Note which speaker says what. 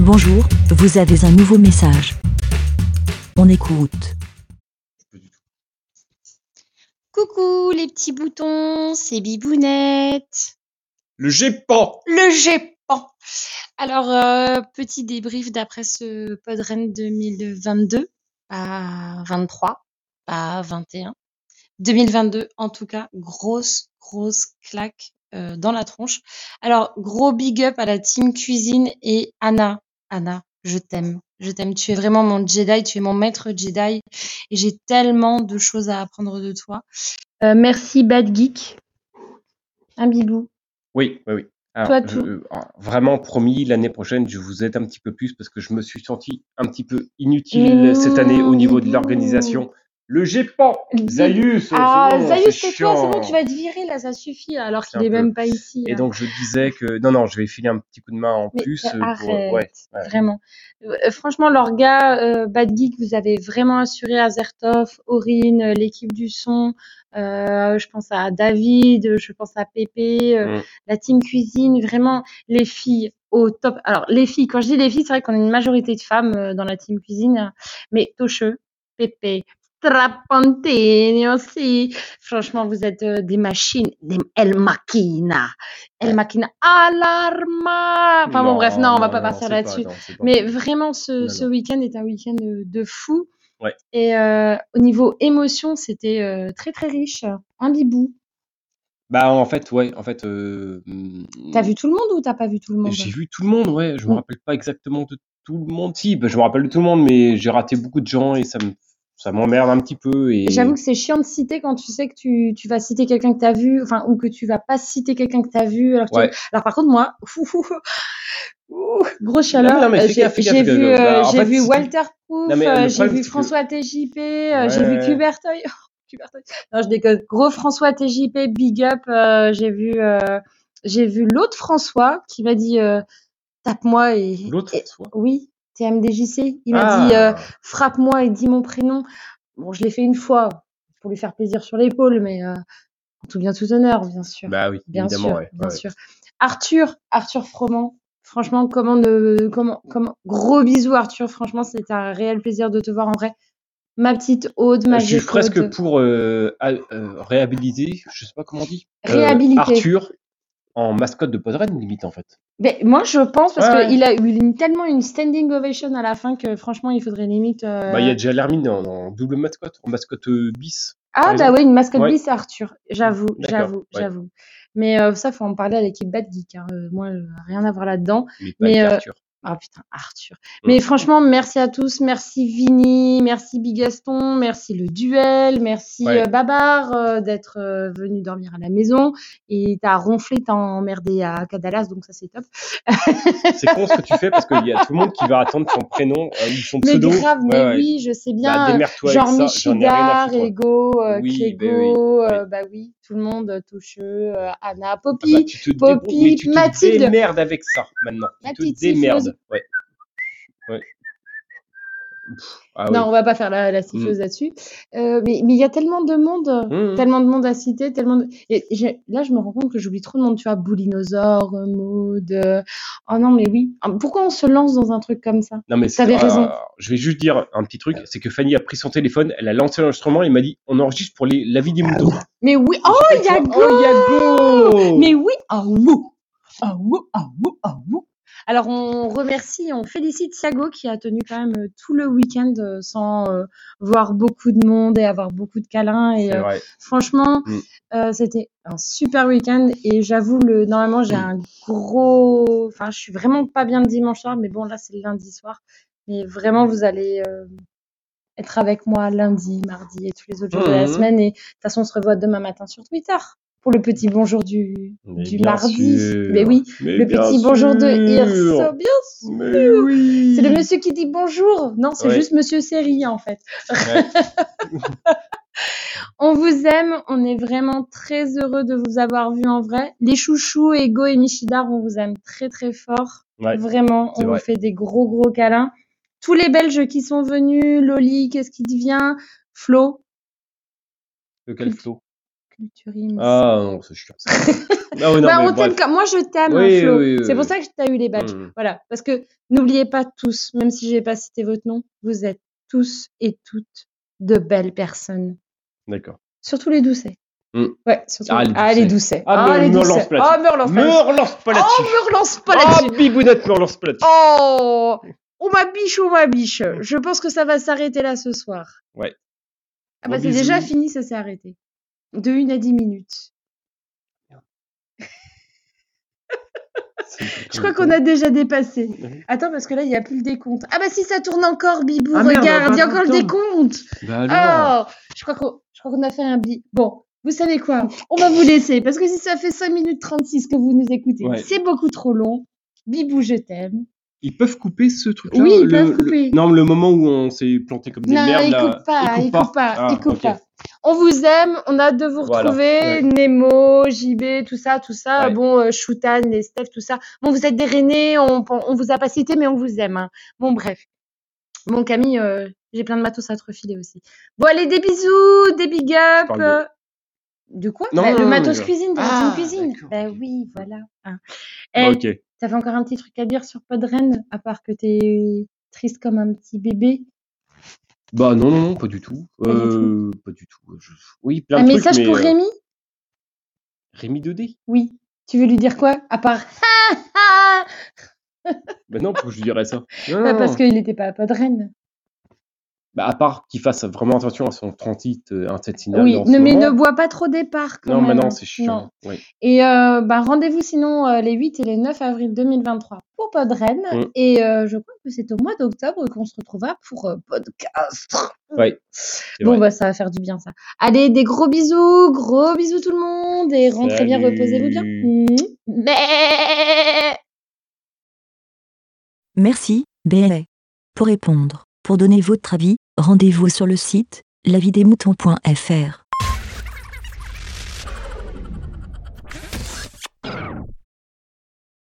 Speaker 1: Bonjour, vous avez un nouveau message. On écoute.
Speaker 2: Coucou les petits boutons, c'est Bibounette.
Speaker 3: Le GEPAN
Speaker 2: Le GEPAN. Alors, euh, petit débrief d'après ce Podren 2022, pas 23, pas 21. 2022, en tout cas, grosse, grosse claque euh, dans la tronche. Alors, gros big up à la team cuisine et Anna. Anna, je t'aime. Je t'aime. Tu es vraiment mon Jedi, tu es mon maître Jedi. Et j'ai tellement de choses à apprendre de toi. Euh, merci, Bad Geek. Un bibou.
Speaker 3: Oui, oui, oui. Alors,
Speaker 2: Toi,
Speaker 3: je-
Speaker 2: tout.
Speaker 3: euh, alors, vraiment promis, l'année prochaine, je vous aide un petit peu plus parce que je me suis senti un petit peu inutile
Speaker 2: Mais non,
Speaker 3: cette année au niveau de
Speaker 2: Bibou.
Speaker 3: l'organisation. Le GEPAN
Speaker 2: Bibou.
Speaker 3: Zayus
Speaker 2: Ah,
Speaker 3: c'est bon,
Speaker 2: Zayus, c'est
Speaker 3: c'est
Speaker 2: toi, c'est bon,
Speaker 3: chiant.
Speaker 2: tu vas te virer là, ça suffit, là, alors qu'il
Speaker 3: C'est un
Speaker 2: est
Speaker 3: peu-
Speaker 2: même pas ici.
Speaker 3: Et
Speaker 2: là.
Speaker 3: donc, je disais que. Non, non, je vais filer un petit coup de main en
Speaker 2: Mais
Speaker 3: plus. euh,
Speaker 2: arrête,
Speaker 3: pour- ouais, ouais.
Speaker 2: vraiment. Euh, Franchement, l'orga, euh, Bad Geek, vous avez vraiment assuré Azertov, Aurine, euh, l'équipe du son. euh, je pense à David, euh, je pense à Pépé, euh,
Speaker 3: Mm.
Speaker 2: la team cuisine, vraiment les filles au top. Alors les filles, quand je dis les filles, c'est vrai qu'on a une majorité de femmes euh, dans la team cuisine, hein, mais Tocheux, Pépé. Trapantini aussi. Franchement, vous êtes euh, des machines, des El Machina. El
Speaker 3: Ouais.
Speaker 2: Machina Alarma. Enfin bon, bref, non, on va pas partir
Speaker 3: c'est
Speaker 2: là-dessus.
Speaker 3: non, c'est pas-
Speaker 2: Mais vraiment, ce,
Speaker 3: Non,
Speaker 2: ce
Speaker 3: non.
Speaker 2: week-end est un week-end de, de fou.
Speaker 3: Ouais.
Speaker 2: Et euh, au niveau émotion, c'était euh, très très riche. Un bibou.
Speaker 3: Bah, en fait, ouais, en fait. euh, hum,
Speaker 2: T'as vu tout le monde ou t'as pas vu tout le monde
Speaker 3: J'ai vu tout le monde, ouais. Je me
Speaker 2: Mm.
Speaker 3: rappelle pas exactement de tout le monde. Si, bah, je me rappelle de tout le monde, mais j'ai raté beaucoup de gens et ça me- ça m'emmerde un petit peu. Et...
Speaker 2: J'avoue que c'est chiant de citer quand tu sais que tu, tu vas citer quelqu'un que t'as vu, enfin, ou que tu vas pas citer quelqu'un que t'as vu. Alors, que tu-
Speaker 3: Ouais.
Speaker 2: alors par contre, moi, ouh, ouh, ouh, grosse
Speaker 3: Non, mais
Speaker 2: chaleur.
Speaker 3: non, mais fais
Speaker 2: Euh, J'ai
Speaker 3: gaffe, fais gaffe,
Speaker 2: j'ai
Speaker 3: fais
Speaker 2: vu,
Speaker 3: gaffe.
Speaker 2: euh,
Speaker 3: Bah, en
Speaker 2: j'ai
Speaker 3: fait,
Speaker 2: vu
Speaker 3: si tu-
Speaker 2: Walter
Speaker 3: Non, mais
Speaker 2: Proof,
Speaker 3: le
Speaker 2: euh, j'ai
Speaker 3: problème,
Speaker 2: vu
Speaker 3: c'est que-
Speaker 2: François TJP, euh, j'ai
Speaker 3: Ouais.
Speaker 2: vu Cubertoy. Cubertoy. Non, je déconne. Gros François TJP, big up. euh, j'ai vu, euh, j'ai vu l'autre François qui m'a dit euh, tape-moi et.
Speaker 3: L'autre,
Speaker 2: et-
Speaker 3: François.
Speaker 2: Oui, TMDJC. Il m'a
Speaker 3: Ah.
Speaker 2: dit. euh, frappe-moi et dis mon prénom. Bon, je l'ai fait une fois pour lui faire plaisir sur l'épaule, mais euh, en tout bien tout honneur, bien sûr.
Speaker 3: Bah oui,
Speaker 2: bien
Speaker 3: évidemment,
Speaker 2: sûr,
Speaker 3: ouais,
Speaker 2: bien
Speaker 3: ouais.
Speaker 2: sûr. Arthur, Arthur Froment. Franchement, comment ne, comment, comment, gros bisous Arthur. Franchement, c'était un réel plaisir de te voir en vrai. Ma petite Aude,
Speaker 3: Euh,
Speaker 2: ma
Speaker 3: Bah, Je suis
Speaker 2: vieille Aude.
Speaker 3: presque pour euh, à- euh, réhabiliter, je sais pas comment on dit. euh,
Speaker 2: Réhabiliter.
Speaker 3: Arthur en mascotte de Podren, limite, en fait.
Speaker 2: Mais moi, je pense parce
Speaker 3: Ouais.
Speaker 2: qu'il a eu une- tellement une standing ovation à la fin que franchement, il faudrait limite. euh,
Speaker 3: Bah, il y a déjà l'hermine en, en double mascotte, en mascotte euh, bis.
Speaker 2: Ah,
Speaker 3: Par
Speaker 2: bah
Speaker 3: exemple.
Speaker 2: oui, une mascotte
Speaker 3: Ouais.
Speaker 2: bis, Arthur. J'avoue,
Speaker 3: D'accord,
Speaker 2: j'avoue,
Speaker 3: ouais.
Speaker 2: j'avoue. Mais euh, ça, faut en parler à l'équipe Bad Geek. hein. Euh, moi, euh, rien à voir là-dedans.
Speaker 3: Mais pas
Speaker 2: Mais,
Speaker 3: avec
Speaker 2: euh,
Speaker 3: Arthur.
Speaker 2: Ah putain, Arthur.
Speaker 3: Mm.
Speaker 2: Mais franchement, merci à tous. Merci Vini, merci Bigaston, merci le duel, merci
Speaker 3: Ouais.
Speaker 2: euh, Babar euh, d'être euh, venu dormir à la maison. Et t'as ronflé, t'as emmerdé à Cadalas, donc ça c'est top.
Speaker 3: C'est con ce que tu fais parce qu'il y a tout le monde qui va attendre son prénom euh, ou son
Speaker 2: Mais
Speaker 3: pseudo.
Speaker 2: grave, mais
Speaker 3: Ouais, ouais.
Speaker 2: oui, je sais bien.
Speaker 3: Bah,
Speaker 2: euh,
Speaker 3: démerde-toi
Speaker 2: Genre
Speaker 3: avec ça, j'en ai rien à foutre.
Speaker 2: Michidar,
Speaker 3: Bah, moi.
Speaker 2: Ego, euh,
Speaker 3: Oui,
Speaker 2: Clégo,
Speaker 3: ben oui, oui.
Speaker 2: euh, bah oui, tout le monde, Toucheux, euh, Anna,
Speaker 3: Ah bah,
Speaker 2: Poppy,
Speaker 3: tu te
Speaker 2: Poppy,
Speaker 3: débrouilles, mais tu
Speaker 2: Mathilde.
Speaker 3: te démerdes avec ça maintenant.
Speaker 2: La
Speaker 3: Tu
Speaker 2: petite
Speaker 3: te démerdes.
Speaker 2: siffleuse.
Speaker 3: Ouais. Ouais. Pff, Ah
Speaker 2: non,
Speaker 3: oui. Mm.
Speaker 2: on va pas faire la, la siffleuse là-dessus. Euh, mais mais il y a tellement de monde,
Speaker 3: Hum, hum.
Speaker 2: tellement de monde à citer, tellement de... et j'ai- là, je me rends compte que j'oublie trop de monde. Tu vois, Boulinosaure, euh, Maud. euh, Oh non, mais oui. Ah, Pourquoi on se lance dans un truc comme ça
Speaker 3: Non, mais c'est-
Speaker 2: T'avais raison.
Speaker 3: ah, je vais juste dire un petit truc, c'est que Fanny a pris son téléphone, elle a lancé l'enregistrement et m'a dit on enregistre pour les, la vie des moutons.
Speaker 2: Mais Ah oui. Oh,
Speaker 3: J'ai fait,
Speaker 2: Yago
Speaker 3: Oh, Yago
Speaker 2: Mais oui. Oh, wou. Oh, wou, oh, wou, oh, wou. Alors, on remercie, on félicite Thiago qui a tenu quand même euh, tout le week-end euh, sans euh, voir beaucoup de monde et avoir beaucoup de câlins. Et,
Speaker 3: C'est
Speaker 2: euh,
Speaker 3: vrai.
Speaker 2: Franchement,
Speaker 3: Mm.
Speaker 2: euh, c'était un super week-end et j'avoue, le, normalement,
Speaker 3: Mm.
Speaker 2: j'ai un gros. Enfin, je suis vraiment pas bien le dimanche soir, mais bon, là, c'est le lundi soir. Mais vraiment,
Speaker 3: Mm.
Speaker 2: vous allez euh, être avec moi lundi, mardi et tous les autres jours de la
Speaker 3: Mhm.
Speaker 2: semaine. Et de toute façon, on se revoit demain matin sur Twitter pour le petit bonjour du,
Speaker 3: Mais
Speaker 2: du
Speaker 3: bien
Speaker 2: mardi.
Speaker 3: sûr.
Speaker 2: Mais oui,
Speaker 3: Mais
Speaker 2: le
Speaker 3: bien
Speaker 2: petit bonjour de
Speaker 3: sûr.
Speaker 2: Hirso. Bien sûr.
Speaker 3: Mais oui.
Speaker 2: C'est le monsieur qui dit bonjour. Non, c'est
Speaker 3: Hmm. Ouais.
Speaker 2: juste monsieur Série, en fait.
Speaker 3: Ouais.
Speaker 2: On vous aime, on est vraiment très heureux de vous avoir vu en vrai. Les chouchous, Ego et Michidar, on vous aime très très fort.
Speaker 3: Ouais.
Speaker 2: vraiment,
Speaker 3: c'est
Speaker 2: on
Speaker 3: vrai.
Speaker 2: vous fait des gros gros câlins. Tous les Belges qui sont venus, Loli, qu'est-ce qui devient Flo,
Speaker 3: Lequel Flo
Speaker 2: culturisme.
Speaker 3: Ah non, c'est chiant. ça. Ah ouais, non,
Speaker 2: Bah,
Speaker 3: mais
Speaker 2: on t'aime
Speaker 3: bref.
Speaker 2: comme- Moi, je t'aime, hein,
Speaker 3: Oui,
Speaker 2: Flo.
Speaker 3: oui, oui,
Speaker 2: c'est pour
Speaker 3: oui.
Speaker 2: ça que tu as eu les badges.
Speaker 3: Hmm.
Speaker 2: Voilà, parce que n'oubliez pas tous, même si je n'ai pas cité votre nom, vous êtes tous et toutes de belles personnes.
Speaker 3: D'accord.
Speaker 2: Surtout les doucets.
Speaker 3: Hmm.
Speaker 2: Ouais, surtout
Speaker 3: Ah, les
Speaker 2: les
Speaker 3: Doucets.
Speaker 2: doucets.
Speaker 3: Ah, me-
Speaker 2: les
Speaker 3: me
Speaker 2: doucets.
Speaker 3: relance pas
Speaker 2: Ah, me relance pas là-dessus.
Speaker 3: Me relance pas
Speaker 2: Oh,
Speaker 3: là-dessus.
Speaker 2: me relance pas
Speaker 3: Ah,
Speaker 2: là-dessus.
Speaker 3: bigounette, me relance pas là-dessus.
Speaker 2: Oh, on ma biche, on ma biche. Je pense que ça va s'arrêter là ce soir.
Speaker 3: Mmh. Ouais.
Speaker 2: Ah bah
Speaker 3: Bon
Speaker 2: c'est
Speaker 3: bisous.
Speaker 2: déjà fini, ça s'est arrêté. De 1 à 10 minutes. Je crois qu'on a déjà dépassé.
Speaker 3: Mhm.
Speaker 2: Attends, parce que là, il n'y a plus le décompte. Ah bah si, ça tourne encore, Bibou,
Speaker 3: Ah merde,
Speaker 2: regarde,
Speaker 3: bah,
Speaker 2: il y a encore le
Speaker 3: attends.
Speaker 2: décompte.
Speaker 3: Bah alors.
Speaker 2: Oh, je crois qu'on je crois qu'on a fait un bi. Bon, vous savez quoi On va vous laisser parce que si ça fait 5 minutes 36 que vous nous écoutez,
Speaker 3: Ouais.
Speaker 2: c'est beaucoup trop long. Bibou, je t'aime.
Speaker 3: Ils peuvent couper ce truc-là
Speaker 2: Oui, ils
Speaker 3: le-
Speaker 2: peuvent
Speaker 3: le-
Speaker 2: couper.
Speaker 3: Non, le moment où on euh, s'est planté comme des
Speaker 2: non,
Speaker 3: merdes. là,
Speaker 2: écoute pas,
Speaker 3: ils coupent
Speaker 2: écoute pas,
Speaker 3: Ah,
Speaker 2: écoute
Speaker 3: ok.
Speaker 2: pas. On vous aime, on a hâte de vous
Speaker 3: Voilà,
Speaker 2: retrouver.
Speaker 3: ouais.
Speaker 2: Nemo, JB, tout ça, tout ça.
Speaker 3: Ouais.
Speaker 2: Bon, euh, Shoutan, les Steph, tout ça. Bon, vous êtes des Rennais, on, on vous a pas cité, mais on vous aime. hein. Bon, bref. Bon, Camille, euh, j'ai plein de matos à te refiler aussi. Bon, allez, des bisous, des big up.
Speaker 3: parle de-
Speaker 2: euh, De quoi
Speaker 3: Non,
Speaker 2: Bah,
Speaker 3: non,
Speaker 2: Le
Speaker 3: non, mais
Speaker 2: matos
Speaker 3: je-
Speaker 2: cuisine, de la
Speaker 3: Ah,
Speaker 2: team cuisine.
Speaker 3: d'accord,
Speaker 2: Bah
Speaker 3: ok.
Speaker 2: oui, voilà. hein. Eh,
Speaker 3: Bah, Ok.
Speaker 2: T'avais encore un petit truc à dire sur Podren, à part que t'es triste comme un petit bébé.
Speaker 3: Bah non, non, non, pas du tout.
Speaker 2: du tout.
Speaker 3: Euh, Pas du tout. Je- Oui, plein
Speaker 2: Un
Speaker 3: de trucs.
Speaker 2: message
Speaker 3: mais,
Speaker 2: pour
Speaker 3: euh,
Speaker 2: Rémi
Speaker 3: Rémi 2D
Speaker 2: Oui. Tu veux lui dire quoi À part Ah, ah
Speaker 3: Bah non, pourquoi je lui dirais ça Non,
Speaker 2: Bah,
Speaker 3: non,
Speaker 2: Parce
Speaker 3: non.
Speaker 2: qu'il n'était pas à Podren.
Speaker 3: Bah, à part qu'il fasse vraiment attention à son 38 euh, intestinal.
Speaker 2: Oui,
Speaker 3: en ce
Speaker 2: ne, mais ne
Speaker 3: moment.
Speaker 2: bois pas trop des parcs.
Speaker 3: Non, mais non, c'est chiant. Ouais.
Speaker 2: Et euh, bah, rendez-vous sinon euh, les 8 et les 9 avril 2023 pour Podren.
Speaker 3: Mm.
Speaker 2: Et euh, je crois que c'est au mois d'octobre qu'on se retrouvera pour euh, podcast.
Speaker 3: Ouais,
Speaker 2: Bon,
Speaker 3: vrai.
Speaker 2: bah, ça va faire du bien, ça. Allez, des gros bisous, gros bisous tout le monde. Et rentrez bien,
Speaker 3: Salut.
Speaker 2: reposez-vous bien. Mouah. Mais...
Speaker 1: Merci, BLA. Pour répondre, pour donner votre avis, rendez-vous sur le site lavidemouton.fr.